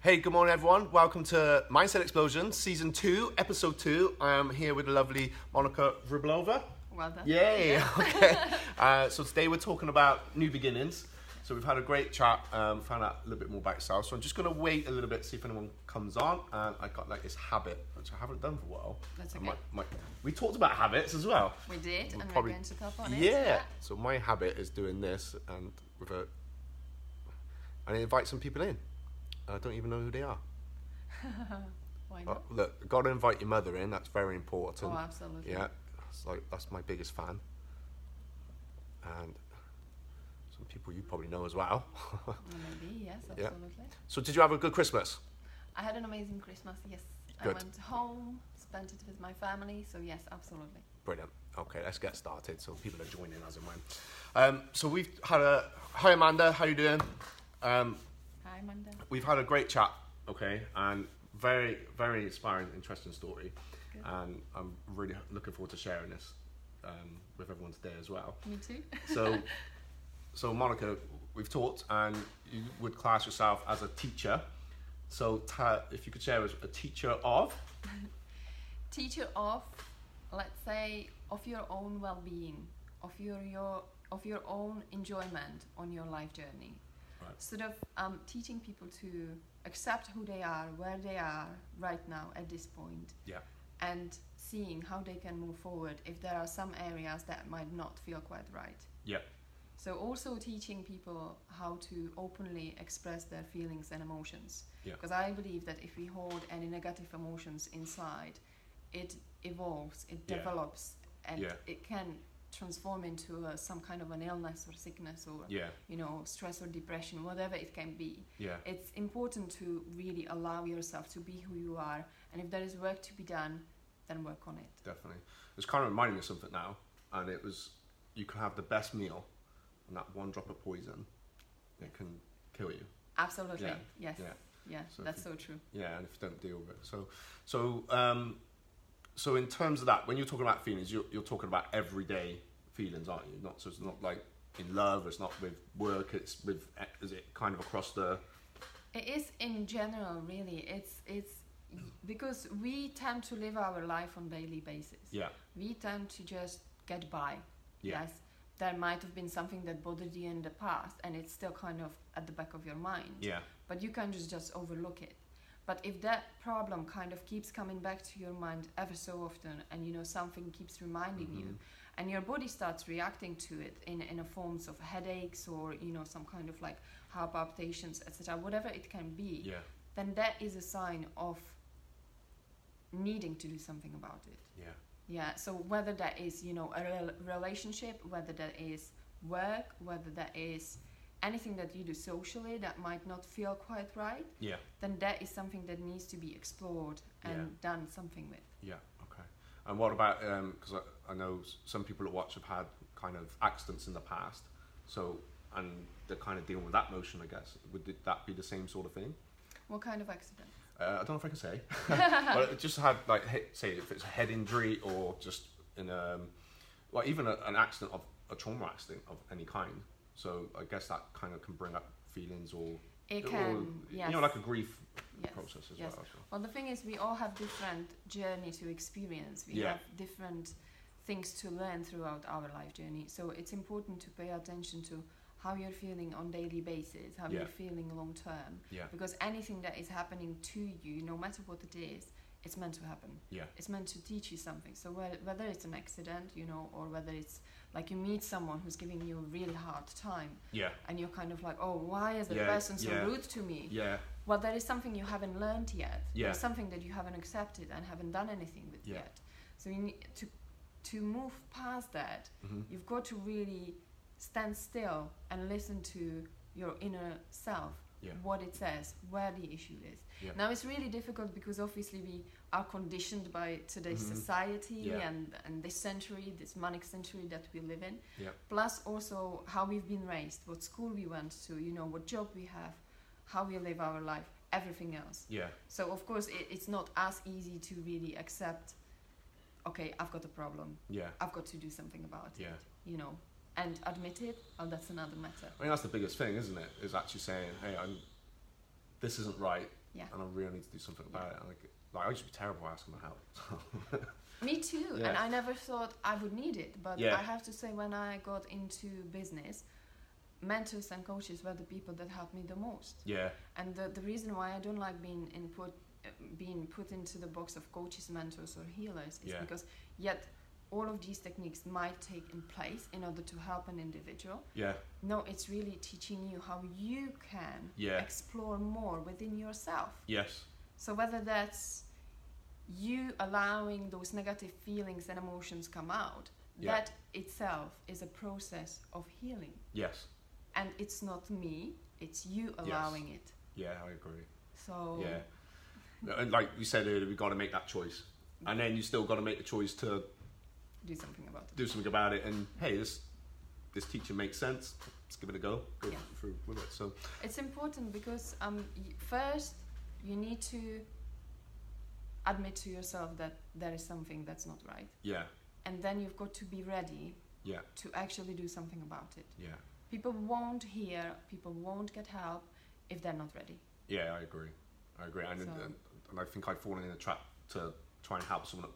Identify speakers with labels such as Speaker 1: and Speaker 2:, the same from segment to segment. Speaker 1: Hey, good morning, everyone. Welcome to Mindset Explosion, Season 2, Episode 2. I am here with the lovely Monica Vrublova.
Speaker 2: Well done.
Speaker 1: Yay! okay. Uh, so today we're talking about new beginnings. So we've had a great chat, um, found out a little bit more about yourself. So I'm just going to wait a little bit, see if anyone comes on. And I got like this habit, which I haven't done for a while.
Speaker 2: That's
Speaker 1: I
Speaker 2: okay.
Speaker 1: might- might- we talked about habits as well.
Speaker 2: We did,
Speaker 1: We'll
Speaker 2: and
Speaker 1: probably-
Speaker 2: we're going to pop on it.
Speaker 1: Yeah. So my habit is doing this and with a and I invite some people in. I don't even know who they are.
Speaker 2: Why
Speaker 1: Uh,
Speaker 2: not?
Speaker 1: look, gotta invite your mother in, that's very important.
Speaker 2: Mm-hmm. Oh, absolutely.
Speaker 1: Yeah. It's like that's my biggest fan. And some people you probably know as well.
Speaker 2: Well, Maybe, yes,
Speaker 1: Yeah.
Speaker 2: absolutely.
Speaker 1: so did you have a good Christmas?
Speaker 2: I had an amazing Christmas, yes. I
Speaker 1: Good.
Speaker 2: went home, spent it with my family, so yes, absolutely.
Speaker 1: Brilliant. Okay, let's get started. So people are joining as and when. Um, so we've had a hi Amanda, how you doing? Um,
Speaker 2: Hi, Amanda.
Speaker 1: we've had a great chat, okay, and very, very inspiring, interesting story.
Speaker 2: Good.
Speaker 1: And I'm really looking forward to sharing this um, with everyone today as well.
Speaker 2: Me too.
Speaker 1: So, so Monica, we've talked, and you would class yourself as a teacher. So, ta- if you could share as a teacher of,
Speaker 2: Teacher of, let's say, of your own well-being, of your your of your own enjoyment on your life journey.
Speaker 1: Right.
Speaker 2: Sort of um, teaching people to accept who they are, where they are right now at this point,
Speaker 1: yeah,
Speaker 2: and seeing how they can move forward if there are some areas that might not feel quite right.
Speaker 1: yeah,
Speaker 2: So, also teaching people how to openly express their feelings and emotions.
Speaker 1: Yeah.
Speaker 2: Because I believe that if we hold any negative emotions inside, it evolves, it
Speaker 1: Yeah.
Speaker 2: develops, and
Speaker 1: Yeah.
Speaker 2: it can transform into uh, some kind of an illness or sickness or,
Speaker 1: yeah,
Speaker 2: you know, stress or depression, whatever it can be
Speaker 1: yeah,
Speaker 2: it's important to really allow yourself to be who you are and if there is work to be done then work on it
Speaker 1: definitely. It's kind of reminding me of something now, and it was you can have the best meal, and that one drop of poison, it can kill you.
Speaker 2: absolutely
Speaker 1: Yeah,
Speaker 2: yes
Speaker 1: yeah.
Speaker 2: yeah,
Speaker 1: So
Speaker 2: that's so true
Speaker 1: Yeah, and if you don't deal with it. So, so, um, so in terms of that, when you're talking about feelings, you're, you're talking about everyday feelings, aren't you? Not so it's not like in love. It's not with work. It's with is it kind of across the
Speaker 2: it is in general really it's it's because we tend to live our life on daily basis
Speaker 1: yeah
Speaker 2: we tend to just get by
Speaker 1: Yeah.
Speaker 2: yes there might have been something that bothered you in the past and it's still kind of at the back of your mind
Speaker 1: yeah
Speaker 2: but you can just just overlook it but if that problem kind of keeps coming back to your mind ever so often and you know something keeps reminding
Speaker 1: Mm-hmm.
Speaker 2: you and your body starts reacting to it in in a forms of headaches or you know some kind of like heart palpitations etc whatever it can be
Speaker 1: yeah
Speaker 2: then that is a sign of needing to do something about it
Speaker 1: yeah
Speaker 2: yeah, so whether that is, you know, a rel- relationship, whether that is work, whether that is anything that you do socially that might not feel quite right,
Speaker 1: yeah
Speaker 2: then that is something that needs to be explored and done something with.
Speaker 1: yeah okay. And what about because I, I know s- some people that watch have had kind of accidents in the past, so and they're kind of dealing with that motion. I guess would it- that be the same sort of thing?
Speaker 2: What kind of accident?
Speaker 1: Uh, I don't know if I can say, but it just had like he- say if it's a head injury or just in um, well even a, an accident of a trauma accident of any kind. So I guess that kind of can bring up feelings or
Speaker 2: It
Speaker 1: or,
Speaker 2: can, yes.
Speaker 1: you know like a grief
Speaker 2: yes.
Speaker 1: process as
Speaker 2: yes.
Speaker 1: well. so-
Speaker 2: Well, the thing is, we all have different journey to experience. We
Speaker 1: Yeah.
Speaker 2: have different things to learn throughout our life journey. So it's important to pay attention to how you're feeling on daily basis, how
Speaker 1: Yeah.
Speaker 2: you're feeling long term.
Speaker 1: Yeah,
Speaker 2: Because anything that is happening to you, no matter what it is, it's meant to happen.
Speaker 1: yeah,
Speaker 2: It's meant to teach you something. So whe- whether it's an accident, you know, or whether it's like you meet someone who's giving you a really hard time,
Speaker 1: yeah,
Speaker 2: and you're kind of like, oh, why is that
Speaker 1: Yeah,
Speaker 2: person so
Speaker 1: yeah.
Speaker 2: rude to me?
Speaker 1: yeah,
Speaker 2: Well, there is something you haven't learned yet.
Speaker 1: Yeah.
Speaker 2: There's something that you haven't accepted and haven't done anything with
Speaker 1: Yeah.
Speaker 2: yet. So you need to to move past that.
Speaker 1: hmm
Speaker 2: You've got to really stand still and listen to your inner self,
Speaker 1: Yeah.
Speaker 2: what it says, where the issue is.
Speaker 1: Yeah.
Speaker 2: Now it's really difficult because obviously we are conditioned by today's
Speaker 1: Mhm.
Speaker 2: society
Speaker 1: Yeah.
Speaker 2: and, and this century, this manic century that we live in.
Speaker 1: Yeah.
Speaker 2: Plus also how we've been raised, what school we went to, you know, what job we have, how we live our life, everything else.
Speaker 1: yeah,
Speaker 2: So of course it, it's not as easy to really accept, okay, I've got a problem.
Speaker 1: yeah.
Speaker 2: I've got to do something about
Speaker 1: Yeah.
Speaker 2: it. You know, and admit it. Oh, that's another matter.
Speaker 1: I mean that's the biggest thing, isn't it? Is actually saying, hey, I'm. this isn't right,
Speaker 2: Yeah.
Speaker 1: and I really need to do something about it. And like, like I used to be terrible at asking for help.
Speaker 2: Me too. And
Speaker 1: Yeah.
Speaker 2: I never thought I would need it. But
Speaker 1: Yeah.
Speaker 2: I have to say, when I got into business, mentors and coaches were the people that helped me the most.
Speaker 1: yeah,
Speaker 2: And the, the reason why I don't like being in put, uh, being put into the box of coaches, mentors, or healers is
Speaker 1: Yeah.
Speaker 2: because yet all of these techniques might take in place in order to help an individual.
Speaker 1: yeah,
Speaker 2: No, it's really teaching you how you can
Speaker 1: Yeah.
Speaker 2: explore more within yourself.
Speaker 1: yes,
Speaker 2: So whether that's you allowing those negative feelings and emotions come out,
Speaker 1: Yeah.
Speaker 2: that itself is a process of healing.
Speaker 1: yes,
Speaker 2: And it's not me, it's you allowing it.
Speaker 1: yeah. I agree.
Speaker 2: So
Speaker 1: Yeah, and like you said earlier, we got to make that choice, and then you still got to make the choice to
Speaker 2: do something about it.
Speaker 1: do something about it. And hey, this this teacher makes sense. Let's give it a go. Go
Speaker 2: Yeah.
Speaker 1: through with it. So
Speaker 2: It's important because um, y- first you need to admit to yourself that there is something that's not right.
Speaker 1: yeah,
Speaker 2: And then you've got to be ready
Speaker 1: yeah,
Speaker 2: to actually do something about it.
Speaker 1: yeah,
Speaker 2: People won't hear, people won't get help if they're not ready.
Speaker 1: yeah. I agree. I agree. And,
Speaker 2: So-
Speaker 1: and, and I think I've fallen in a trap to try and help someone,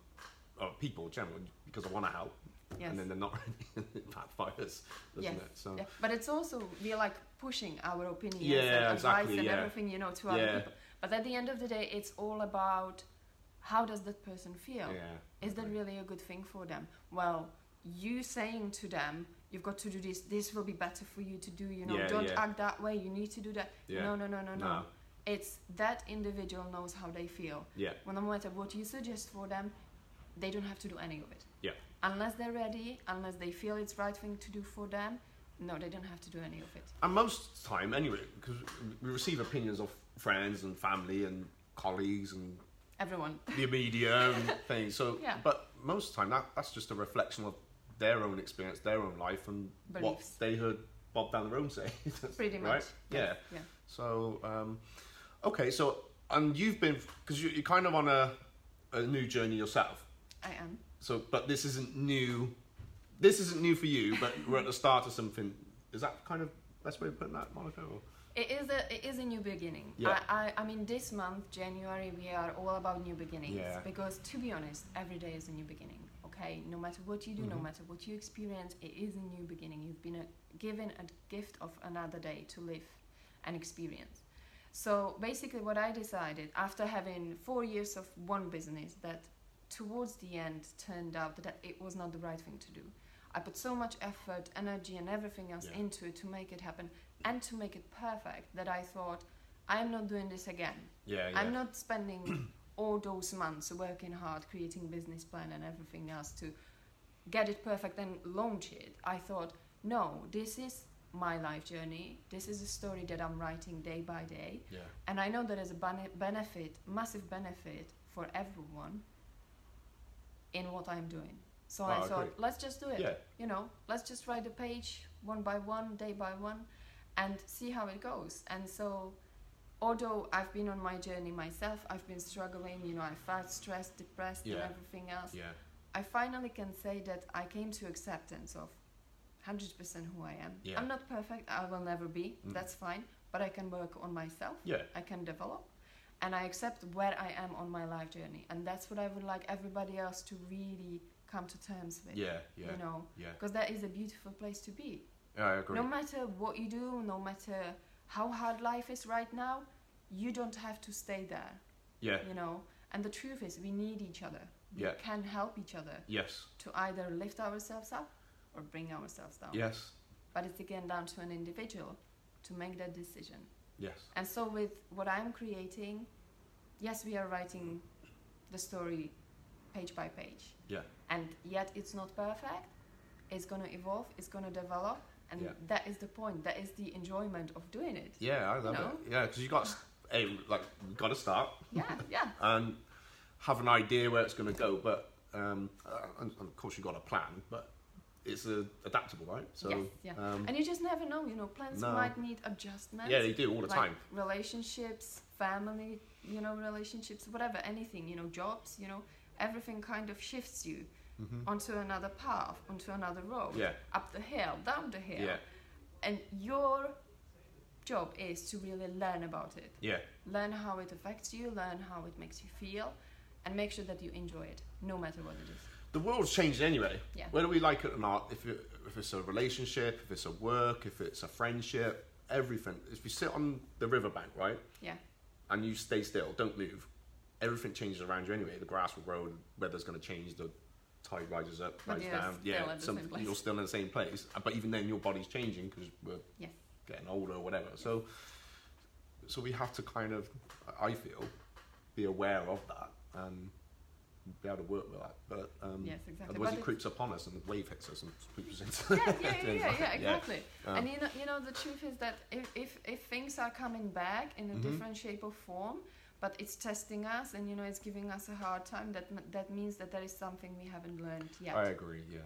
Speaker 1: or people in general, because I want to help,
Speaker 2: Yes.
Speaker 1: and then they're not ready. it backfires, doesn't
Speaker 2: Yes.
Speaker 1: it? So
Speaker 2: Yeah, but it's also we're like pushing our opinions and
Speaker 1: Yeah,
Speaker 2: advice
Speaker 1: exactly,
Speaker 2: and
Speaker 1: yeah.
Speaker 2: everything you know to other
Speaker 1: Yeah.
Speaker 2: people. But at the end of the day, it's all about how does that person feel?
Speaker 1: yeah.
Speaker 2: Is that really a good thing for them? Well, you saying to them, you've got to do this. This will be better for you to do. You know,
Speaker 1: Yeah,
Speaker 2: don't
Speaker 1: yeah.
Speaker 2: act that way. You need to do that.
Speaker 1: Yeah.
Speaker 2: No, no, no, no, no,
Speaker 1: No.
Speaker 2: It's that individual knows how they feel.
Speaker 1: Yeah.
Speaker 2: Well, no matter what you suggest for them, they don't have to do any of it.
Speaker 1: Yeah.
Speaker 2: Unless they're ready, unless they feel it's right thing to do for them, no, they don't have to do any of it.
Speaker 1: And most time, anyway, because we receive opinions of friends and family and colleagues and
Speaker 2: Everyone.
Speaker 1: the media and things. So,
Speaker 2: Yeah.
Speaker 1: but most of the time, that, that's just a reflection of their own experience, their own life, and what
Speaker 2: Beliefs.
Speaker 1: they heard Bob down the road say.
Speaker 2: Pretty
Speaker 1: right?
Speaker 2: much.
Speaker 1: Yeah.
Speaker 2: Yeah.
Speaker 1: So, um, okay. So, and you've been because you, you're kind of on a, a new journey yourself.
Speaker 2: I am.
Speaker 1: So, but this isn't new. This isn't new for you, but we're at the start of something. Is that kind of best way of putting that, Monica? Or?
Speaker 2: It is a it is a new beginning.
Speaker 1: Yeah.
Speaker 2: I, I, I mean this month, January, we are all about new beginnings.
Speaker 1: Yeah.
Speaker 2: Because to be honest, every day is a new beginning. Okay? No matter what you do, no
Speaker 1: Mhm.
Speaker 2: matter what you experience, it is a new beginning. You've been a, given a gift of another day to live and experience. So basically what I decided after having four years of one business that towards the end turned out that it was not the right thing to do. I put so much effort, energy, and everything else
Speaker 1: Yeah.
Speaker 2: into it to make it happen and to make it perfect that I thought, I'm not doing this again.
Speaker 1: Yeah.
Speaker 2: I'm not spending all those months working hard, creating business plan and everything else to get it perfect and launch it. I thought, no, this is my life journey. This is a story that I'm writing day by day.
Speaker 1: yeah.
Speaker 2: And I know there is a bene- benefit, massive benefit for everyone in what I'm doing. So I
Speaker 1: Oh, I
Speaker 2: thought,
Speaker 1: agree.
Speaker 2: let's just do it.
Speaker 1: Yeah.
Speaker 2: You know, let's just write the page one by one, day by one, and see how it goes. And so, although I've been on my journey myself, I've been struggling, you know, I felt stressed, depressed,
Speaker 1: Yeah.
Speaker 2: and everything else.
Speaker 1: Yeah.
Speaker 2: I finally can say that I came to acceptance of 100% who I am.
Speaker 1: Yeah.
Speaker 2: I'm not perfect, I will never be,
Speaker 1: Mm.
Speaker 2: that's fine, but I can work on myself.
Speaker 1: Yeah.
Speaker 2: I can develop and I accept where I am on my life journey. And that's what I would like everybody else to really come to terms with.
Speaker 1: Yeah. Yeah.
Speaker 2: You know,
Speaker 1: Yeah.
Speaker 2: because that is a beautiful place to be.
Speaker 1: Yeah. I agree.
Speaker 2: No matter what you do, no matter how hard life is right now, you don't have to stay there,
Speaker 1: Yeah.
Speaker 2: you know. And the truth is, we need each other.
Speaker 1: Yeah.
Speaker 2: We can help each other
Speaker 1: Yes.
Speaker 2: to either lift ourselves up or bring ourselves down.
Speaker 1: Yes.
Speaker 2: But it's again down to an individual to make that decision.
Speaker 1: Yes.
Speaker 2: And so, with what I'm creating, yes, we are writing the story page by page.
Speaker 1: Yeah.
Speaker 2: And yet, it's not perfect. It's going to evolve, it's going to develop. And
Speaker 1: Yeah.
Speaker 2: that is the point. That is the enjoyment of doing it.
Speaker 1: Yeah, I love
Speaker 2: know?
Speaker 1: it. Yeah, because you got hey, like you got to start
Speaker 2: Yeah, yeah.
Speaker 1: and have an idea where it's going to go, but um, uh, and, and of course you got a plan, but it's uh, adaptable, right? So
Speaker 2: Yes, yeah.
Speaker 1: um,
Speaker 2: And you just never know, you know, plans
Speaker 1: No.
Speaker 2: might need adjustments.
Speaker 1: yeah, they do all the
Speaker 2: like
Speaker 1: time.
Speaker 2: relationships, family, you know, relationships, whatever, anything, you know, jobs, you know, everything kind of shifts you
Speaker 1: hmm
Speaker 2: onto another path, onto another road,
Speaker 1: Yeah,
Speaker 2: up the hill, down the hill,
Speaker 1: yeah,
Speaker 2: and your job is to really learn about it.
Speaker 1: Yeah.
Speaker 2: Learn how it affects you, learn how it makes you feel, and make sure that you enjoy it, no matter what it is.
Speaker 1: The world's changed anyway.
Speaker 2: Yeah.
Speaker 1: Whether we like it or not, if, it, if it's a relationship, if it's a work, if it's a friendship, everything. If you sit on the riverbank, right,
Speaker 2: Yeah,
Speaker 1: and you stay still, don't move, everything changes around you anyway. The grass will grow, weather's going to change, the tide rises up,
Speaker 2: But
Speaker 1: rises
Speaker 2: you're
Speaker 1: down.
Speaker 2: still at the same place.
Speaker 1: you're still in the same place. Uh, But even then, your body's changing because we're
Speaker 2: yeah,
Speaker 1: getting older or whatever. So, so we have to kind of, I feel, be aware of that and be able to work with that. But um,
Speaker 2: yes, exactly.
Speaker 1: otherwise,
Speaker 2: But
Speaker 1: it
Speaker 2: it-
Speaker 1: creeps upon us and the wave hits us and creeps us
Speaker 2: yeah,
Speaker 1: into.
Speaker 2: yeah, yeah, yeah, yeah, exactly.
Speaker 1: Um,
Speaker 2: and you know, you know, the truth is that if, if, if things are coming back in a
Speaker 1: Mhm.
Speaker 2: different shape or form, but it's testing us, and you know, it's giving us a hard time. That m- that means that there is something we haven't learned yet.
Speaker 1: I agree. Yeah.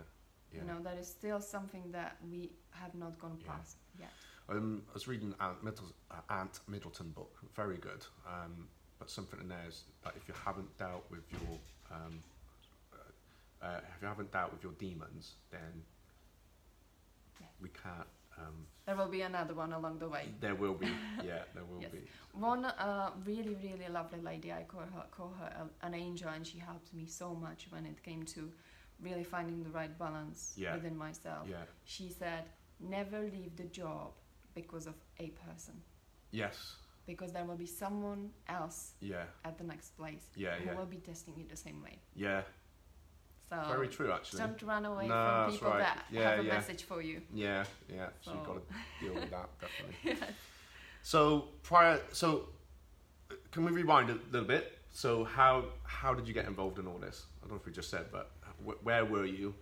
Speaker 1: Yeah.
Speaker 2: You know, there is still something that we have not gone
Speaker 1: Yeah.
Speaker 2: past yet.
Speaker 1: Um, I was reading Aunt, Middleton, uh, Aunt Middleton book, very good. Um, but something in there is that if you haven't dealt with your, um, uh, uh, if you haven't dealt with your demons, then
Speaker 2: Yeah.
Speaker 1: we can't. Um,
Speaker 2: There will be another one along the way.
Speaker 1: There will be, yeah, there will
Speaker 2: Yes.
Speaker 1: be.
Speaker 2: One uh, really, really lovely lady, I call her, call her a- an angel, and she helped me so much when it came to really finding the right balance
Speaker 1: Yeah.
Speaker 2: within myself.
Speaker 1: Yeah.
Speaker 2: She said, Never leave the job because of a person,
Speaker 1: Yes.
Speaker 2: because there will be someone else
Speaker 1: Yeah.
Speaker 2: at the next place
Speaker 1: Yeah.
Speaker 2: who
Speaker 1: Yeah.
Speaker 2: will be testing you the same way.
Speaker 1: Yeah.
Speaker 2: So
Speaker 1: Very true, actually.
Speaker 2: don't run away
Speaker 1: No,
Speaker 2: from
Speaker 1: that's
Speaker 2: people
Speaker 1: right.
Speaker 2: that
Speaker 1: Yeah,
Speaker 2: have a
Speaker 1: yeah.
Speaker 2: message for you.
Speaker 1: Yeah. Yeah. So, you've
Speaker 2: So-
Speaker 1: got to deal with that definitely. So prior, so uh, can we rewind a little bit? So how how did you get involved in all this? I don't know if we just said, but wh- where were you?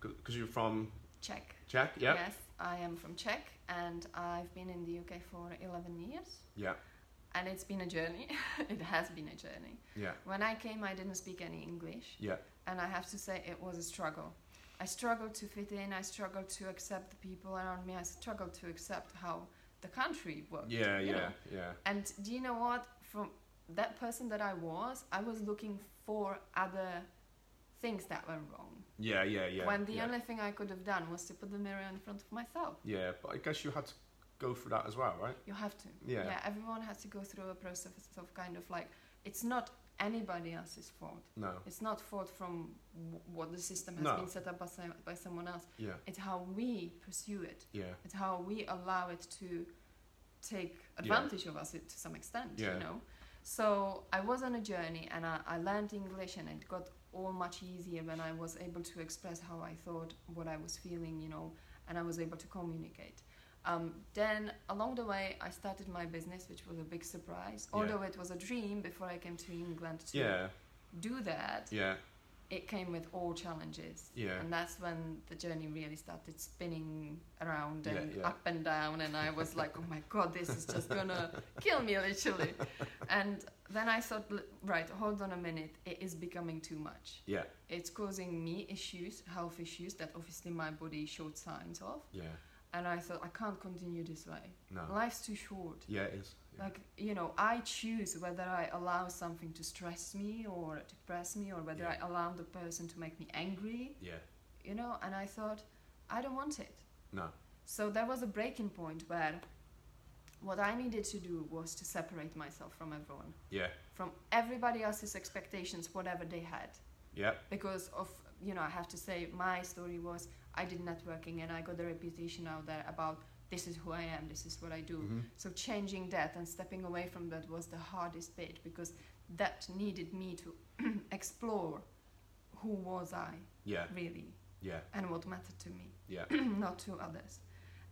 Speaker 1: Because you're from
Speaker 2: Check.
Speaker 1: Czech, yeah.
Speaker 2: Yes, I am from Czech, and I've been in the UK for 11 years.
Speaker 1: Yeah.
Speaker 2: and it's been a journey. it has been a journey.
Speaker 1: Yeah.
Speaker 2: When I came, I didn't speak any English,
Speaker 1: Yeah.
Speaker 2: and I have to say it was a struggle. I struggled to fit in. I struggled to accept the people around me. I struggled to accept how the country worked.
Speaker 1: Yeah. Yeah.
Speaker 2: you
Speaker 1: Yeah.
Speaker 2: know. And do you know what? From that person that I was, I was looking for other things that were wrong.
Speaker 1: Yeah. Yeah. Yeah.
Speaker 2: when the
Speaker 1: yeah.
Speaker 2: only thing I could have done was to put the mirror in front of myself.
Speaker 1: yeah, but I guess you had to go through that as well, right?
Speaker 2: You have to.
Speaker 1: Yeah.
Speaker 2: everyone has to go through a process of kind of like it's not anybody else's fault.
Speaker 1: No.
Speaker 2: It's not fault from w- what the system has
Speaker 1: No.
Speaker 2: been set up by, some, by someone else.
Speaker 1: Yeah.
Speaker 2: It's how we pursue it.
Speaker 1: Yeah.
Speaker 2: It's how we allow it to take advantage of us it- to some extent,
Speaker 1: Yeah.
Speaker 2: you know. So I was on a journey and I, I learned English and it got all much easier when I was able to express how I thought, what I was feeling, you know, and I was able to communicate. Um, then along the way, I started my business, which was a big surprise.
Speaker 1: Yeah.
Speaker 2: Although it was a dream before I came to England to
Speaker 1: Yeah.
Speaker 2: do that,
Speaker 1: Yeah.
Speaker 2: it came with all challenges.
Speaker 1: Yeah.
Speaker 2: And that's when the journey really started spinning around and
Speaker 1: Yeah, yeah.
Speaker 2: up and down. And I was like, oh my God, this is just gonna kill me, literally. And then I thought, "L- right, hold on a minute, it is becoming too much.
Speaker 1: Yeah.
Speaker 2: It's causing me issues, health issues that obviously my body showed signs of.
Speaker 1: Yeah.
Speaker 2: And I thought, I can't continue this way.
Speaker 1: No.
Speaker 2: Life's too short.
Speaker 1: Yeah, it is. Yeah.
Speaker 2: Like, you know, I choose whether I allow something to stress me or depress me or whether
Speaker 1: Yeah.
Speaker 2: I allow the person to make me angry,
Speaker 1: yeah.
Speaker 2: you know. And I thought, I don't want it.
Speaker 1: No.
Speaker 2: So there was a breaking point where what I needed to do was to separate myself from everyone,
Speaker 1: Yeah.
Speaker 2: from everybody else's expectations, whatever they had.
Speaker 1: Yeah.
Speaker 2: Because of, you know, I have to say, my story was I did networking and I got the reputation out there about this is who I am, this is what I do.
Speaker 1: Mhm.
Speaker 2: So changing that and stepping away from that was the hardest bit because that needed me to explore who was I
Speaker 1: Yeah.
Speaker 2: really
Speaker 1: Yeah.
Speaker 2: and what mattered to me,
Speaker 1: Yeah.
Speaker 2: not to others.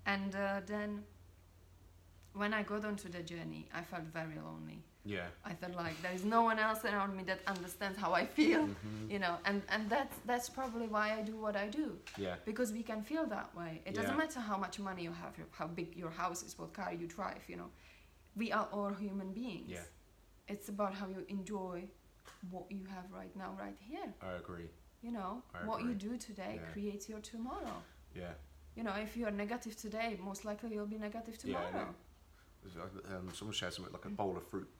Speaker 2: And uh, then when I got onto the journey, I felt very lonely.
Speaker 1: Yeah.
Speaker 2: I felt like there is no one else around me that understands how I feel,
Speaker 1: Mhm.
Speaker 2: you know. And and that's that's probably why I do what I do
Speaker 1: Yeah.
Speaker 2: because we can feel that way. It
Speaker 1: Yeah.
Speaker 2: doesn't matter how much money you have, how big your house is, what car you drive, you know. We are all human beings.
Speaker 1: Yeah.
Speaker 2: It's about how you enjoy what you have right now, right here.
Speaker 1: I agree.
Speaker 2: You know,
Speaker 1: I
Speaker 2: what you
Speaker 1: agree.
Speaker 2: do today
Speaker 1: Yeah.
Speaker 2: creates your tomorrow.
Speaker 1: Yeah.
Speaker 2: You know, if you are negative today, most likely you'll be negative
Speaker 1: Yeah, I know.
Speaker 2: tomorrow.
Speaker 1: It's like, Um, someone shares something like a bowl of fruit,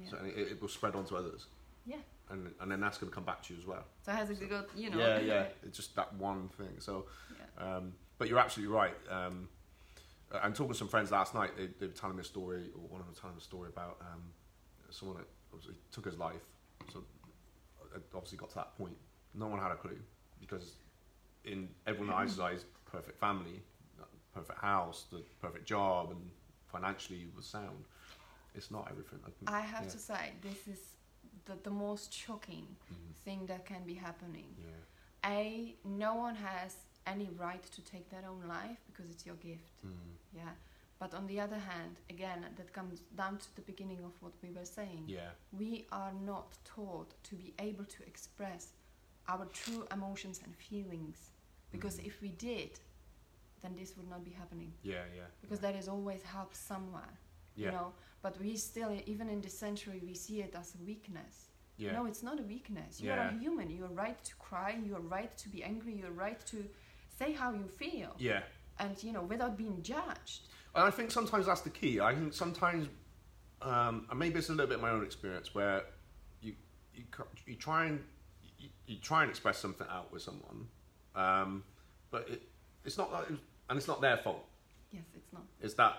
Speaker 2: Yeah.
Speaker 1: so and it, it will spread onto others.
Speaker 2: Yeah.
Speaker 1: And and then that's going to come back to you as well.
Speaker 2: So it has a good, you know.
Speaker 1: Yeah, yeah. It's just that one thing. So,
Speaker 2: yeah.
Speaker 1: um, but you're absolutely right. Um, Uh, I'm talking to some friends last night. They, they were telling me a story, or one of them was telling me a story about um, someone that obviously took his life. So uh, it obviously got to that point. No one had a clue because in everyone
Speaker 2: Mm-hmm.
Speaker 1: else's eyes, perfect family, perfect house, the perfect job, and financially you was sound. It's not everything. I think-
Speaker 2: I have
Speaker 1: yeah.
Speaker 2: to say, this is the, the most shocking
Speaker 1: Mhm.
Speaker 2: thing that can be happening.
Speaker 1: Yeah.
Speaker 2: A, no one has any right to take their own life because it's your gift.
Speaker 1: Mm.
Speaker 2: Yeah. But on the other hand, again, that comes down to the beginning of what we were saying.
Speaker 1: Yeah.
Speaker 2: We are not taught to be able to express our true emotions and feelings because
Speaker 1: Mhm.
Speaker 2: if we did, then this would not be happening
Speaker 1: Yeah. Yeah.
Speaker 2: because
Speaker 1: yeah.
Speaker 2: there is always help somewhere,
Speaker 1: yeah.
Speaker 2: you know. But we still, even in this century, we see it as a weakness.
Speaker 1: yeah.
Speaker 2: No, it's not a weakness. You are
Speaker 1: Yeah.
Speaker 2: a human. You're right to cry. You're right to be angry. You're right to say how you feel,
Speaker 1: yeah.
Speaker 2: and you know, without being judged.
Speaker 1: And I think sometimes that's the key. I think sometimes, um, and maybe it's a little bit my own experience where you you, c- you try and you, you try and express something out with someone, um, but it, it's not like, and it's not their fault.
Speaker 2: Yes, it's not.
Speaker 1: It's that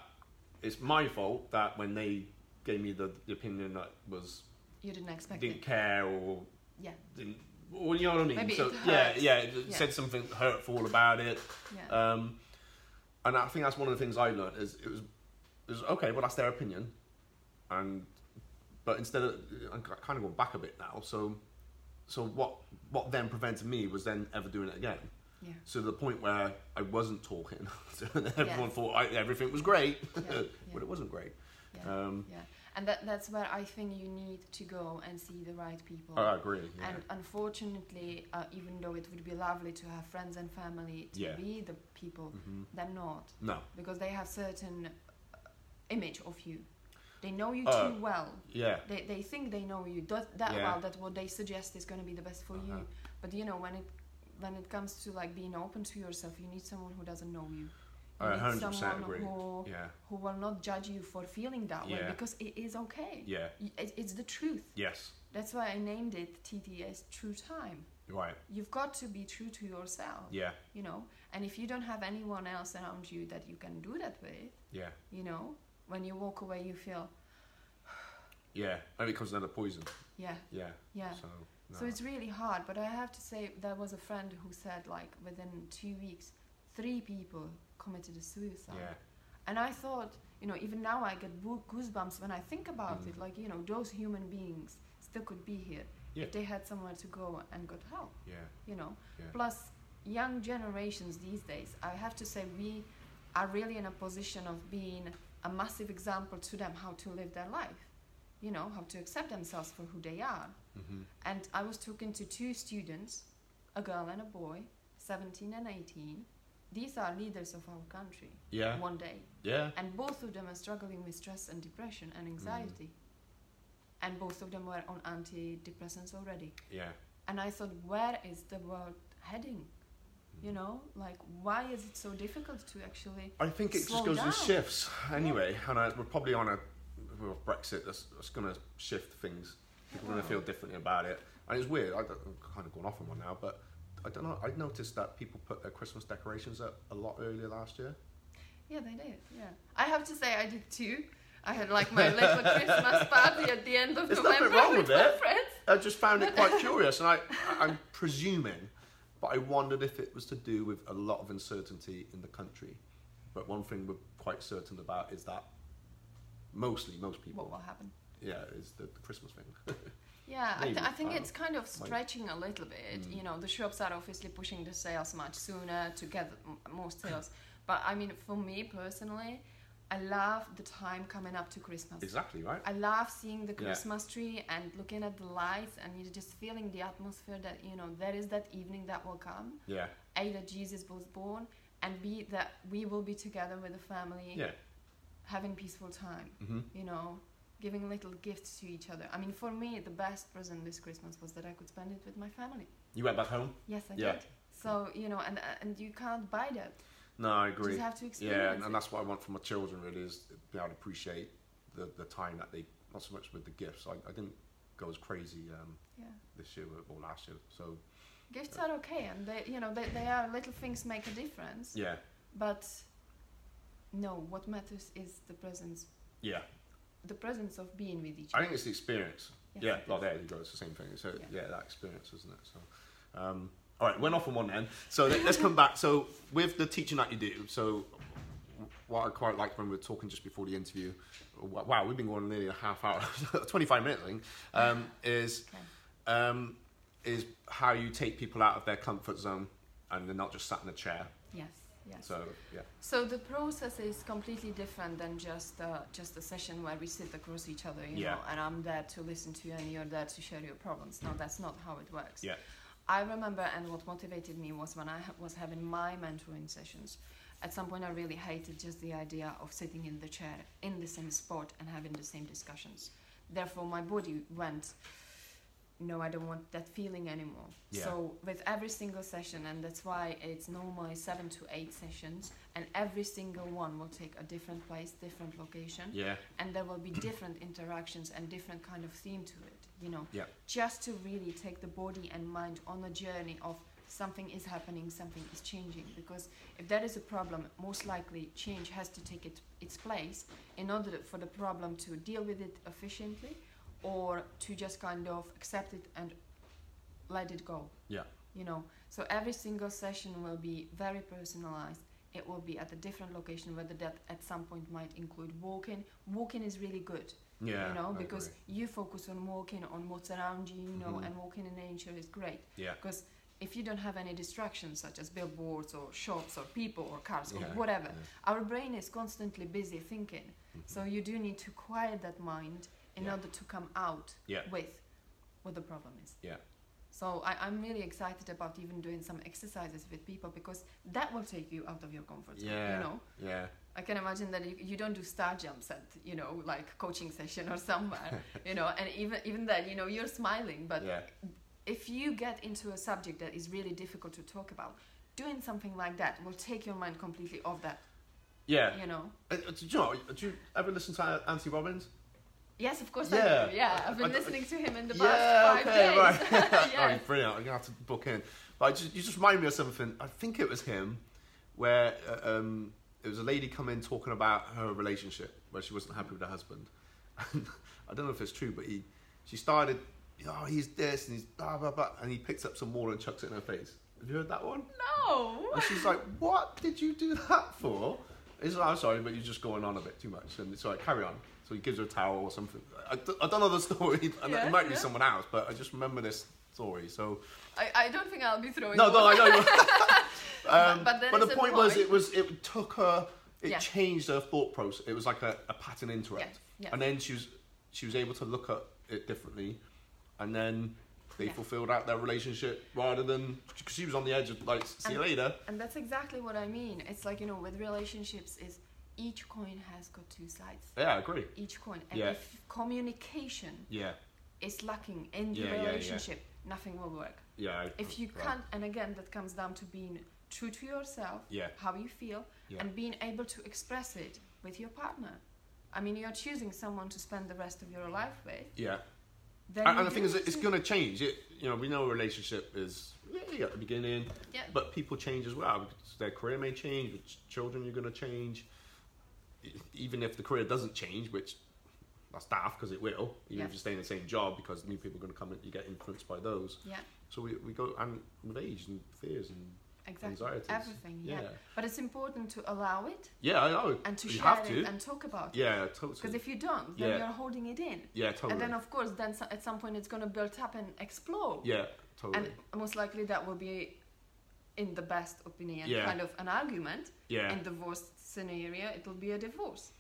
Speaker 1: it's my fault that when they gave me the, the opinion that was
Speaker 2: You didn't expect
Speaker 1: didn't
Speaker 2: it.
Speaker 1: care or
Speaker 2: Yeah,
Speaker 1: didn't. Well, you know what I mean.
Speaker 2: Maybe
Speaker 1: so
Speaker 2: it
Speaker 1: yeah,
Speaker 2: hurts.
Speaker 1: yeah, it
Speaker 2: Yeah.
Speaker 1: said something hurtful about it.
Speaker 2: yeah.
Speaker 1: Um, and I think that's one of the things I learned is it was, it was okay, well that's their opinion, and but instead of I'm kind of going back a bit now. So, so what what then prevented me was then ever doing it again.
Speaker 2: Yeah.
Speaker 1: So to the point where I wasn't talking, so then everyone
Speaker 2: Yes.
Speaker 1: thought I, everything was great,
Speaker 2: Yeah, yeah.
Speaker 1: but it wasn't great.
Speaker 2: Yeah.
Speaker 1: Um,
Speaker 2: yeah. And that, that's where I think you need to go and see the right people.
Speaker 1: oh, I agree. Uh, Yeah.
Speaker 2: And unfortunately, uh, even though it would be lovely to have friends and family to
Speaker 1: Yeah.
Speaker 2: be the people,
Speaker 1: Mhm.
Speaker 2: they're not
Speaker 1: No.
Speaker 2: because they have certain uh, image of you. They know you
Speaker 1: Uh,
Speaker 2: too well.
Speaker 1: Yeah.
Speaker 2: They, they think they know you that, that
Speaker 1: Yeah.
Speaker 2: well that what they suggest is going to be the best for
Speaker 1: Uh-huh.
Speaker 2: you. But you know when it when it comes to like being open to yourself, you need someone who doesn't know you. You
Speaker 1: I
Speaker 2: need
Speaker 1: 100%
Speaker 2: someone
Speaker 1: agree.
Speaker 2: who
Speaker 1: Yeah.
Speaker 2: who will not judge you for feeling that way
Speaker 1: Yeah.
Speaker 2: because it is okay.
Speaker 1: Yeah.
Speaker 2: Y- It, it's the truth.
Speaker 1: Yes.
Speaker 2: That's why I named it TTS True Time.
Speaker 1: Right.
Speaker 2: You've got to be true to yourself,
Speaker 1: Yeah.
Speaker 2: you know. And if you don't have anyone else around you that you can do that with,
Speaker 1: Yeah.
Speaker 2: you know, when you walk away, you feel,
Speaker 1: Yeah. And it comes another poison.
Speaker 2: yeah,
Speaker 1: Yeah.
Speaker 2: yeah.
Speaker 1: So. No.
Speaker 2: So it's really hard. But I have to say, there was a friend who said like within two weeks, three people committed a suicide.
Speaker 1: yeah.
Speaker 2: And I thought, you know, even now I get boo- goosebumps when I think about
Speaker 1: Mm.
Speaker 2: it. Like, you know, those human beings still could be here
Speaker 1: Yeah.
Speaker 2: if they had somewhere to go and got help,
Speaker 1: Yeah.
Speaker 2: you know.
Speaker 1: Yeah.
Speaker 2: Plus, young generations these days, I have to say, we are really in a position of being a massive example to them how to live their life, you know, how to accept themselves for who they are.
Speaker 1: Mm-hmm.
Speaker 2: And I was talking to two students, a girl and a boy, 17 and 18. These are leaders of our country
Speaker 1: Yeah.
Speaker 2: one day.
Speaker 1: Yeah.
Speaker 2: And both of them are struggling with stress and depression
Speaker 1: Mm.
Speaker 2: and anxiety. And both of them were on antidepressants already.
Speaker 1: Yeah.
Speaker 2: And I thought, where is the world heading? You
Speaker 1: Mm.
Speaker 2: know, like, why is it so difficult to actually.
Speaker 1: I think it just
Speaker 2: slow
Speaker 1: goes in
Speaker 2: down.
Speaker 1: shifts anyway, and I, we're probably on a with Brexit that's, that's going to shift things. People are going to feel differently about it, and it's weird. I don't, I'm kind of gone off on one now, but I don't know. I noticed that people put their Christmas decorations up a lot earlier last year.
Speaker 2: Yeah, they did. Yeah. I have to say, I did too. I had like my little Christmas party at the end of
Speaker 1: There's nothing
Speaker 2: November
Speaker 1: wrong
Speaker 2: with
Speaker 1: with
Speaker 2: my
Speaker 1: it.
Speaker 2: friends.
Speaker 1: I just found it quite curious, and I, I'm presuming, but I wondered if it was to do with a lot of uncertainty in the country. But one thing we're quite certain about is that mostly most
Speaker 2: What will
Speaker 1: people,
Speaker 2: happen?
Speaker 1: yeah, is the, the Christmas thing.
Speaker 2: Yeah, I, th-
Speaker 1: Maybe,
Speaker 2: I think
Speaker 1: I
Speaker 2: it's kind of stretching a little bit.
Speaker 1: Mm.
Speaker 2: You know, the shops are obviously pushing the sales much sooner to get m- more sales. but I mean, for me personally, I love the time coming up to Christmas.
Speaker 1: exactly right.
Speaker 2: I love seeing the
Speaker 1: Yeah.
Speaker 2: Christmas tree and looking at the lights and you just feeling the atmosphere that, you know, there is that evening that will come.
Speaker 1: Yeah,
Speaker 2: A, that Jesus was born, and B, that we will be together with the family,
Speaker 1: yeah,
Speaker 2: having peaceful time
Speaker 1: mm-hmm.
Speaker 2: you know, giving little gifts to each other. I mean, for me, the best present this Christmas was that I could spend it with my family.
Speaker 1: You went back home?
Speaker 2: Yes, I
Speaker 1: Yeah.
Speaker 2: did. So you know, and uh, and you can't buy that.
Speaker 1: No, I
Speaker 2: You
Speaker 1: agree.
Speaker 2: just have to experience
Speaker 1: Yeah, and,
Speaker 2: it.
Speaker 1: and that's what I want for my children really is to be able to appreciate the, the time that they not so much with the gifts. I, I didn't go as crazy um,
Speaker 2: yeah.
Speaker 1: this year or last year. So
Speaker 2: Gifts are okay, and they, you know, they, they are little things make a difference.
Speaker 1: yeah,
Speaker 2: But No, what matters is the presence,
Speaker 1: Yeah,
Speaker 2: the presence of being with each
Speaker 1: I
Speaker 2: other.
Speaker 1: think it's the experience.
Speaker 2: Yes,
Speaker 1: Yeah,
Speaker 2: it
Speaker 1: like
Speaker 2: is.
Speaker 1: there you go. It's the same thing. So
Speaker 2: Yeah.
Speaker 1: yeah, that experience, isn't it? So, um, all right, went off on one end. So let- let's come back. So with the teaching that you do, so what I quite liked when we were talking just before the interview, w- wow, we've been going nearly a half hour, twenty five minutes, I think, um, is
Speaker 2: Okay.
Speaker 1: um, is how you take people out of their comfort zone and they're not just sat in a chair.
Speaker 2: Yes, yes.
Speaker 1: So yeah,
Speaker 2: So the process is completely different than just uh, just a session where we sit across each other, you
Speaker 1: Yeah.
Speaker 2: know, and I'm there to listen to you and you're there to share your problems. No, that's not how it works.
Speaker 1: Yeah.
Speaker 2: I remember, and what motivated me was when I ha- was having my mentoring sessions. At some point, I really hated just the idea of sitting in the chair in the same spot and having the same discussions. Therefore, my body went, no, I don't want that feeling anymore.
Speaker 1: Yeah.
Speaker 2: So, with every single session, and that's why it's normally seven to eight sessions, and every single one will take a different place, different location,
Speaker 1: yeah,
Speaker 2: and there will be different interactions and different kind of theme to it. You know,
Speaker 1: Yeah.
Speaker 2: just to really take the body and mind on a journey of something is happening, something is changing. Because if that is a problem, most likely change has to take it, its place in order for the problem to deal with it efficiently, or to just kind of accept it and let it go.
Speaker 1: Yeah.
Speaker 2: You know, so every single session will be very personalized. It will be at a different location, whether that at some point might include walking. Walking is really good
Speaker 1: yeah.
Speaker 2: you know
Speaker 1: I
Speaker 2: because
Speaker 1: agree.
Speaker 2: you focus on walking on what's around you you know
Speaker 1: Mhm.
Speaker 2: and walking in nature is great
Speaker 1: Yeah.
Speaker 2: because if you don't have any distractions such as billboards or shops or people or cars
Speaker 1: Yeah,
Speaker 2: or whatever
Speaker 1: yeah.
Speaker 2: our brain is constantly busy thinking so you do need to quiet that mind in
Speaker 1: Yeah.
Speaker 2: order to come out
Speaker 1: Yeah.
Speaker 2: with what the problem is
Speaker 1: Yeah.
Speaker 2: so I, i'm really excited about even doing some exercises with people because that will take you out of your comfort zone
Speaker 1: Yeah.
Speaker 2: you know
Speaker 1: yeah,
Speaker 2: I can imagine that you, you don't do star jumps at you know like coaching session or somewhere you know and even even then you know you're smiling but
Speaker 1: yeah,
Speaker 2: if you get into a subject that is really difficult to talk about doing something like that will take your mind completely off that
Speaker 1: yeah.
Speaker 2: you know
Speaker 1: Uh, uh, do you know? Do you ever listen to An- Anthony Robbins?
Speaker 2: yes of course
Speaker 1: Yeah.
Speaker 2: I do yeah I've been
Speaker 1: I- I-
Speaker 2: listening to him in the
Speaker 1: yeah,
Speaker 2: past five
Speaker 1: okay,
Speaker 2: days
Speaker 1: right. oh,
Speaker 2: Yes.
Speaker 1: you're brilliant. I'm gonna have to book in. But I just, you just remind me of something. I think it was him, where uh, um, it was a lady come in talking about her relationship where she wasn't happy with her husband. And I don't know if it's true, but he, she started. Oh, he's this and he's blah blah blah, and he picks up some water and chucks it in her face. Have you heard that one?
Speaker 2: no
Speaker 1: And she's like, "What did you do that for?" He's like, "I'm sorry, but you're just going on a bit too much." And it's like, "Carry on." So he gives her a towel or something. I, d- I don't know the story. and
Speaker 2: Yeah,
Speaker 1: it might be
Speaker 2: yeah.
Speaker 1: someone else, but I just remember this story. So
Speaker 2: I, I don't think I'll be throwing
Speaker 1: no, no, I know. um,
Speaker 2: But- but there
Speaker 1: the
Speaker 2: is a
Speaker 1: point, was,
Speaker 2: point.
Speaker 1: it was it took her. It
Speaker 2: Yeah.
Speaker 1: changed her thought process. It was like a, a pattern interrupt,
Speaker 2: Yes, yes.
Speaker 1: and then she was she was able to look at it differently, and then they
Speaker 2: Yeah.
Speaker 1: fulfilled out their relationship rather than because she was on the edge of like, see you
Speaker 2: And-
Speaker 1: later.
Speaker 2: And that's exactly what I mean. It's like, you know, with relationships is each coin has got two sides.
Speaker 1: Yeah, I agree.
Speaker 2: Each coin. And
Speaker 1: Yeah.
Speaker 2: if communication
Speaker 1: Yeah.
Speaker 2: is lacking in the
Speaker 1: Yeah, yeah, yeah.
Speaker 2: relationship, nothing will work.
Speaker 1: Yeah. I-
Speaker 2: If you
Speaker 1: well,
Speaker 2: can't and again that comes down to being true to yourself,
Speaker 1: Yeah.
Speaker 2: how you feel,
Speaker 1: Yeah.
Speaker 2: and being able to express it with your partner. I mean you're choosing someone to spend the rest of your life with.
Speaker 1: Yeah.
Speaker 2: Then
Speaker 1: And,
Speaker 2: you
Speaker 1: and the
Speaker 2: do
Speaker 1: thing is,
Speaker 2: need
Speaker 1: it's
Speaker 2: to-
Speaker 1: going to change. It, you know, we know a relationship is yeah, at the beginning,
Speaker 2: Yeah.
Speaker 1: but people change as well. because Their career may change. Which children you're going to change. E- Even if the career doesn't change, which that's daft because it will. Even
Speaker 2: Yeah.
Speaker 1: if you're staying in the same job, because new people are going to come in, you get influenced by those.
Speaker 2: Yeah,
Speaker 1: So we, we go and with age and fears and
Speaker 2: exactly.
Speaker 1: anxieties.
Speaker 2: Everything, yeah.
Speaker 1: Yeah.
Speaker 2: But it's important to allow it
Speaker 1: Yeah, I know.
Speaker 2: and to
Speaker 1: you
Speaker 2: share
Speaker 1: have
Speaker 2: it
Speaker 1: to.
Speaker 2: and talk about it.
Speaker 1: yeah, totally.
Speaker 2: Because if you don't, then
Speaker 1: Yeah.
Speaker 2: you're holding it in.
Speaker 1: yeah, totally.
Speaker 2: And then, of course, then so- at some point it's going to build up and explode.
Speaker 1: yeah, totally.
Speaker 2: And most likely that will be, in the best opinion,
Speaker 1: Yeah.
Speaker 2: kind of an argument.
Speaker 1: yeah,
Speaker 2: In the worst scenario, it will be a divorce.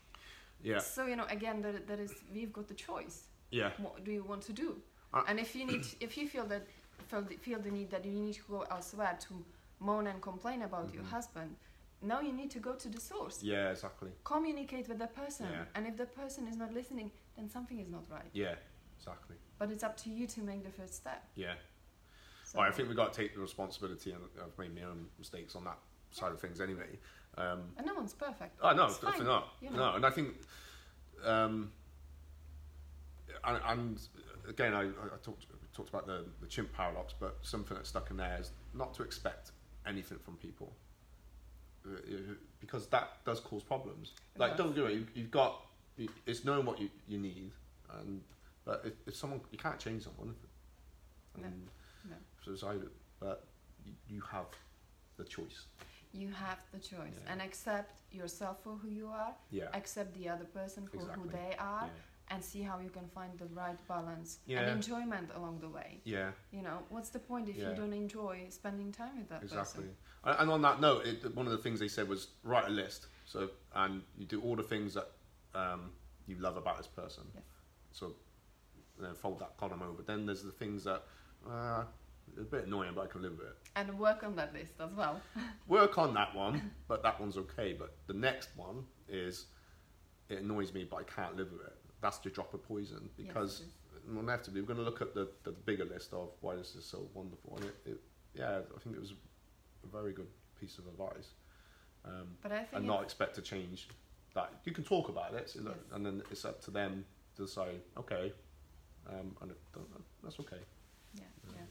Speaker 1: yeah,
Speaker 2: So, you know, again, that, that is, we've got the choice.
Speaker 1: yeah.
Speaker 2: What do you want to do?
Speaker 1: Uh,
Speaker 2: and if you need, if you feel that, feel the, feel the need that you need to go elsewhere to moan and complain about your
Speaker 1: Mhm.
Speaker 2: husband, now you need to go to the source.
Speaker 1: Yeah, exactly.
Speaker 2: communicate with the person
Speaker 1: Yeah.
Speaker 2: and if the person is not listening then something is not right
Speaker 1: Yeah, exactly.
Speaker 2: but it's up to you to make the first step
Speaker 1: Yeah.
Speaker 2: so,
Speaker 1: All right, Oh, I think we got to take the responsibility, and I've made my own mistakes on that side of things anyway. Um,
Speaker 2: and no one's perfect
Speaker 1: oh, no,
Speaker 2: It's fine,
Speaker 1: definitely not.
Speaker 2: you
Speaker 1: No,
Speaker 2: know.
Speaker 1: and I think, um, and, and again, I, I talked, talked about the, the chimp paradox, but something that's stuck in there is not to expect anything from people. uh, because that does cause problems. Like, don't do it. You, you've got you, it's knowing what you, you need, and but if, if someone you can't change someone,
Speaker 2: No,
Speaker 1: and
Speaker 2: no.
Speaker 1: So it's either, but you, you have the choice.
Speaker 2: You have the choice
Speaker 1: Yeah.
Speaker 2: and accept yourself for who you are,
Speaker 1: Yeah.
Speaker 2: accept the other person for
Speaker 1: Exactly.
Speaker 2: who they are,
Speaker 1: Yeah.
Speaker 2: and see how you can find the right balance and
Speaker 1: Yeah.
Speaker 2: enjoyment along the way.
Speaker 1: Yeah.
Speaker 2: You know, what's the point if
Speaker 1: Yeah.
Speaker 2: you don't enjoy spending time with that
Speaker 1: Exactly.
Speaker 2: person?
Speaker 1: And and on that note, it, one of the things they said was write a list. So, and you do all the things that um, you love about this person.
Speaker 2: Yes.
Speaker 1: So, then fold that column over. Then there's the things that uh, a bit annoying, but I can live with it.
Speaker 2: And work on that list as well.
Speaker 1: Work on that one, but that one's okay. But the next one is it annoys me, but I can't live with it. That's the drop of poison
Speaker 2: Yes,
Speaker 1: because
Speaker 2: it is.
Speaker 1: inevitably we're going to look at the, the bigger list of why this is so wonderful. And it, it, yeah, I think it was a very good piece of advice. Um,
Speaker 2: but I think
Speaker 1: and
Speaker 2: it-
Speaker 1: not expect to change that. You can talk about it, so look,
Speaker 2: Yes.
Speaker 1: and then it's up to them to decide. Okay, um, and if don't, that's okay.
Speaker 2: yeah, yeah.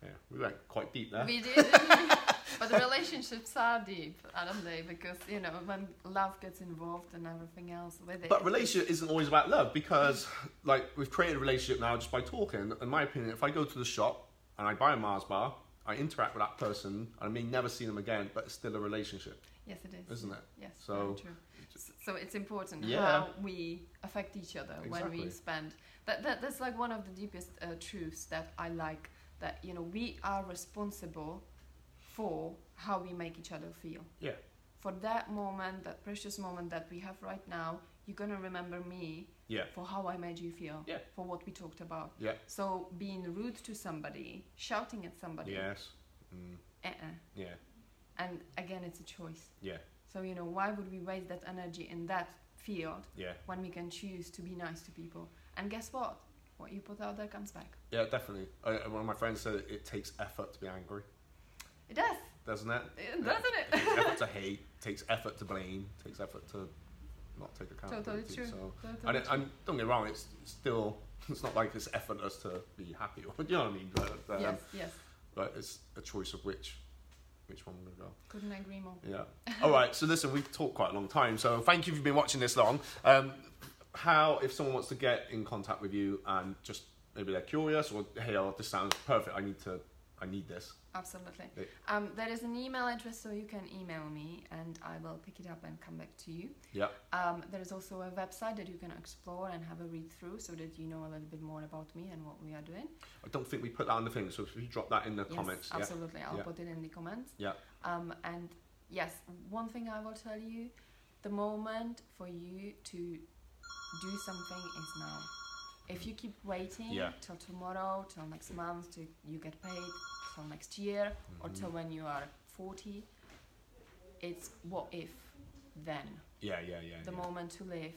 Speaker 1: Yeah, we went quite deep there.
Speaker 2: We did. but relationships are deep, aren't they? Because, you know, when love gets involved and everything else with it. Mm.
Speaker 1: But relationship isn't always about love because, like, we've created a relationship now just by talking. In my opinion, if I go to the shop and I buy a Mars bar, I interact with that person, and I may never see them again, but it's still a relationship,
Speaker 2: yes, it is.
Speaker 1: isn't it?
Speaker 2: Yes,
Speaker 1: So-
Speaker 2: very true. S- So it's important
Speaker 1: Yeah.
Speaker 2: how we affect each other when
Speaker 1: Exactly.
Speaker 2: we spend. That, that that's like one of the deepest uh, truths that I like. That you know we are responsible for how we make each other feel.
Speaker 1: Yeah.
Speaker 2: For that moment, that precious moment that we have right now, you're gonna remember me
Speaker 1: Yeah.
Speaker 2: for how I made you feel.
Speaker 1: Yeah.
Speaker 2: For what we talked about.
Speaker 1: Yeah.
Speaker 2: So being rude to somebody, shouting at somebody.
Speaker 1: Yes. Mm.
Speaker 2: Uh-uh.
Speaker 1: Yeah.
Speaker 2: And again, it's a choice.
Speaker 1: Yeah.
Speaker 2: So you know why would we waste that energy in that field
Speaker 1: Yeah.
Speaker 2: when we can choose to be nice to people. And guess what? What you put out there comes back.
Speaker 1: Yeah. Definitely. I, one of my friends said it takes effort to be angry,
Speaker 2: It does,
Speaker 1: doesn't it?
Speaker 2: it- doesn't
Speaker 1: It
Speaker 2: it?
Speaker 1: takes effort to hate, takes effort to blame, takes effort to not take accountability.
Speaker 2: Totally true.
Speaker 1: So, I
Speaker 2: Totally
Speaker 1: don't, I'm, don't get me wrong, it's still, it's not like it's effortless to be happy, or, you know what I mean? But,
Speaker 2: true.
Speaker 1: um,
Speaker 2: yes, yes.
Speaker 1: but it's a choice of which, which one we're going to go.
Speaker 2: Couldn't agree more.
Speaker 1: Yeah. All right, so listen, we've talked quite a long time, so thank you if you've been watching this long. Um, how, if someone wants to get in contact with you and just maybe they're curious or, hey, oh, this sounds perfect, I need to, I need this.
Speaker 2: Absolutely.
Speaker 1: Yeah.
Speaker 2: Um, there is an email address, so you can email me, and I will pick it up and come back to you.
Speaker 1: Yeah.
Speaker 2: Um, there is also a website that you can explore and have a read through, so that you know a little bit more about me and what we are doing.
Speaker 1: I don't think we put that on the thing, so if you drop that in the
Speaker 2: Yes,
Speaker 1: comments. Yeah.
Speaker 2: absolutely. I'll
Speaker 1: Yeah.
Speaker 2: put it in the comments.
Speaker 1: Yeah.
Speaker 2: Um, and yes, one thing I will tell you: the moment for you to do something is now. If you keep waiting
Speaker 1: Yeah.
Speaker 2: till tomorrow, till next month, till you get paid, till next year, or
Speaker 1: Mm-hmm.
Speaker 2: till when you are forty, it's what if then.
Speaker 1: Yeah, yeah, yeah.
Speaker 2: The
Speaker 1: yeah.
Speaker 2: moment to live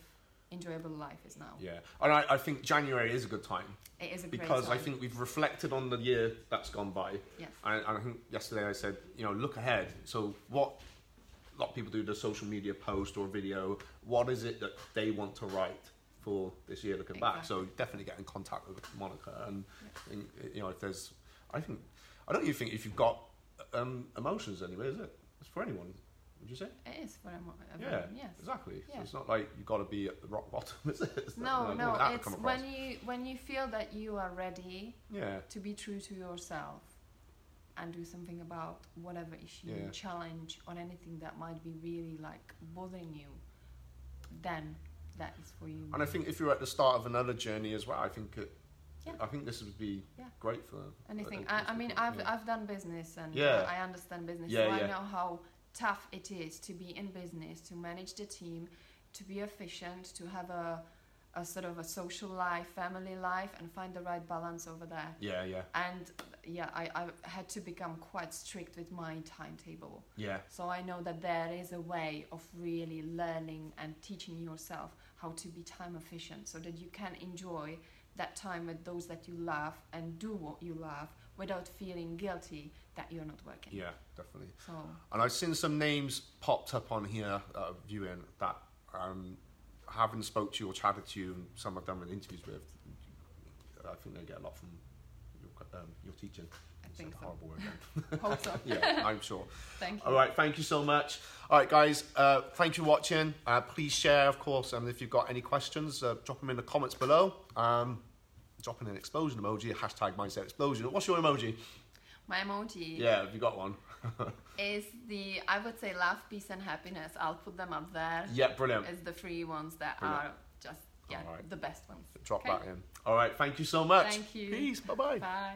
Speaker 2: enjoyable life is now.
Speaker 1: Yeah, and I, I think January is a good time
Speaker 2: It is a
Speaker 1: because I
Speaker 2: great time.
Speaker 1: think we've reflected on the year that's gone by,
Speaker 2: yes.
Speaker 1: and, and I think yesterday I said, you know, look ahead. So what a lot of people do the social media post or video. What is it that they want to write for this year looking back? So definitely get in contact with Monica, and, and, you know if there's, I think, I don't even think if you've got um, emotions anyway, is it? It's for anyone. Would you say?
Speaker 2: It is for everyone.
Speaker 1: Yeah,
Speaker 2: Yes.
Speaker 1: Exactly. So
Speaker 2: Yeah.
Speaker 1: it's not like you've got to be at the rock bottom, is it? It's not-
Speaker 2: No,
Speaker 1: I don't want
Speaker 2: no,
Speaker 1: that to
Speaker 2: it's
Speaker 1: come across.
Speaker 2: when you when you feel that you are ready
Speaker 1: Yeah,
Speaker 2: to be true to yourself and do something about whatever issue,
Speaker 1: Yeah.
Speaker 2: challenge or anything that might be really like bothering you, then that is for you.
Speaker 1: and I think if you're at the start of another journey as well, I think it,
Speaker 2: Yeah.
Speaker 1: I think this would be
Speaker 2: Yeah.
Speaker 1: great for
Speaker 2: anything.
Speaker 1: uh,
Speaker 2: I, I mean, I've
Speaker 1: yeah.
Speaker 2: I've done business and
Speaker 1: Yeah.
Speaker 2: I understand business,
Speaker 1: Yeah,
Speaker 2: so
Speaker 1: yeah.
Speaker 2: I know how tough it is to be in business, to manage the team, to be efficient, to have a a sort of a social life, family life, and find the right balance over there.
Speaker 1: yeah, yeah,
Speaker 2: And yeah, I, I had to become quite strict with my timetable.
Speaker 1: yeah,
Speaker 2: So I know that there is a way of really learning and teaching yourself how to be time efficient so that you can enjoy that time with those that you love and do what you love without feeling guilty that you're not working.
Speaker 1: yeah, definitely.
Speaker 2: So
Speaker 1: And I've seen some names popped up on here that are viewing that um, having spoke to you or chatted to you, and some I've done interviews with. I think they get a lot from your, um, your teaching.
Speaker 2: I
Speaker 1: It's
Speaker 2: think
Speaker 1: a
Speaker 2: so.
Speaker 1: horrible word.
Speaker 2: Hope so.
Speaker 1: yeah, I'm sure.
Speaker 2: Thank you.
Speaker 1: All right, thank you so much. All right, guys, uh, thank you for watching. Uh, please share, of course, and if you've got any questions, uh, drop them in the comments below. Um, drop in an explosion emoji, hashtag mindset explosion. What's your emoji?
Speaker 2: My emoji
Speaker 1: Yeah, have you got one?
Speaker 2: is the I would say love, peace, and happiness. I'll put them up there.
Speaker 1: yeah, brilliant.
Speaker 2: It's the free ones that
Speaker 1: Brilliant.
Speaker 2: are just yeah
Speaker 1: All right.
Speaker 2: the best ones.
Speaker 1: Drop
Speaker 2: Okay.
Speaker 1: that in. All right, thank you so much.
Speaker 2: Thank you.
Speaker 1: Peace, bye bye.
Speaker 2: Bye.